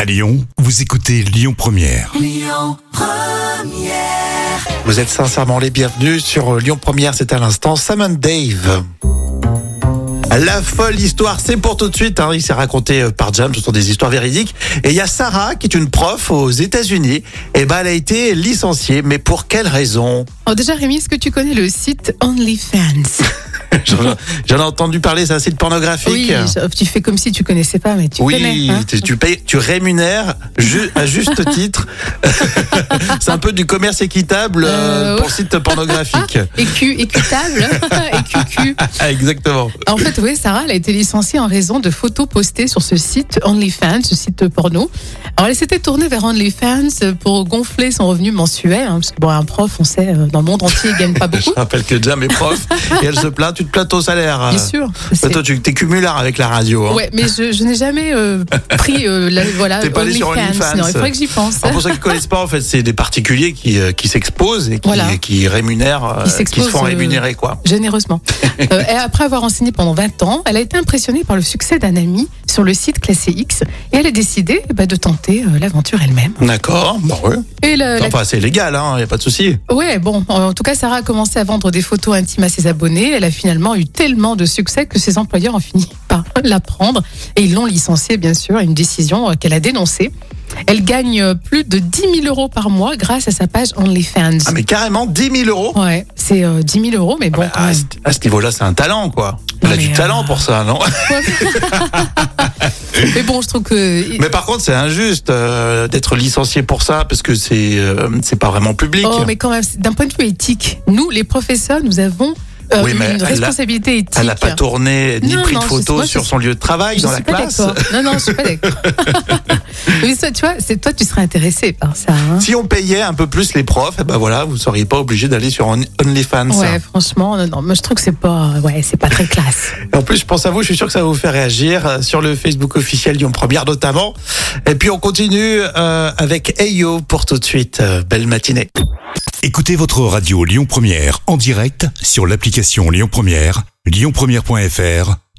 À Lyon, vous écoutez Lyon Première. Vous êtes sincèrement les bienvenus sur euh, Lyon Première, c'est à l'instant Sam and Dave. La folle histoire, c'est pour tout de suite. Hein. Il s'est raconté euh, par Jam, ce sont des histoires véridiques. Et il y a Sarah, qui est une prof aux États-Unis. Et ben, elle a été licenciée, mais pour quelle raison Alors Oh, déjà Rémi, est-ce que tu connais le site OnlyFans J'en j'en ai entendu parler, c'est un site pornographique. Oui, je- tu fais comme si tu connaissais pas, mais tu Oui, connais. hein. tu, tu payes, tu rémunères ju- à juste titre. c'est un peu du commerce équitable euh, Euh, pour site pornographique. Écu, équitable, écucu. Ah, Exactement. En fait, oui, Sarah, elle a été licenciée en raison de photos postées sur ce site OnlyFans, ce site porno. Alors, elle s'était tournée vers OnlyFans pour gonfler son revenu mensuel, hein, parce que bon, un prof, on sait, euh, dans le monde entier, il gagne pas beaucoup, Je rappelle que Jam est prof et elle se plaint, tu te plains au salaire. bien sûr. Bah, C'est- toi, tu t'es cumulard avec la radio. Hein. Ouais, mais je, je n'ai jamais euh, pris euh, la, voilà T'es pas allé sur OnlyFans. Ah, Non, il faudrait que j'y pense. Alors, pour ceux qui ne connaissent pas, en fait, c'est des particuliers qui, euh, qui s'exposent et qui, Voilà. qui rémunèrent, euh, Qui qui, se s'exposent, font euh, rémunérer, quoi. généreusement. Euh, et après avoir enseigné pendant 20 ans, elle a été impressionnée par le succès d'un ami sur le site classé X et elle a décidé bah, de tenter euh, l'aventure elle-même. D'accord. Bon, ouais. Et la- Euh, la- Enfin, c'est légal, il n'y a pas de souci. Ouais, bon, en en tout cas, Sarah a commencé à vendre des photos intimes à ses abonnés. Elle a finalement eu tellement de succès que ses employeurs ont fini par la prendre et ils l'ont licenciée, bien sûr, à une décision euh, qu'elle a dénoncée. Elle gagne euh, plus de 10 000 euros par mois grâce à sa page OnlyFans. Ah, mais carrément, 10 000 euros. Ouais, c'est euh, 10 000 euros, mais bon, Bah, quand à, même. ce, à ce niveau-là, c'est un talent, quoi. Non, Elle a du mais, talent euh, pour ça, non Mais bon, je trouve que Mais par contre, c'est injuste euh, d'être licencié pour ça, parce que c'est euh, c'est pas vraiment public. Oh, mais quand même, c'est- d'un point de vue éthique, nous, les professeurs, nous avons euh, Oui, mais elle une a- responsabilité éthique. Elle n'a pas tourné ni Non, pris non, de je sais pas, photos je sur sais- son lieu de travail, je dans suis la pas classe. d'accord. Non, non, je suis pas d'accord. mais ça, tu vois, c'est toi, tu serais intéressé par ça. hein. Si on payait un peu plus les profs, eh ben voilà, vous seriez pas obligé d'aller sur On- OnlyFans. hein. Ouais, franchement, non, non, moi je trouve que c'est pas, ouais, c'est pas très classe. Et En plus, je pense à vous, je suis sûr que ça va vous faire réagir euh, sur le Facebook officiel Lyon Première notamment. Et puis on continue euh, avec Ayo pour tout de suite. Euh, belle matinée. Écoutez votre radio Lyon Première en direct sur l'application Lyon Première, lyonpremière.fr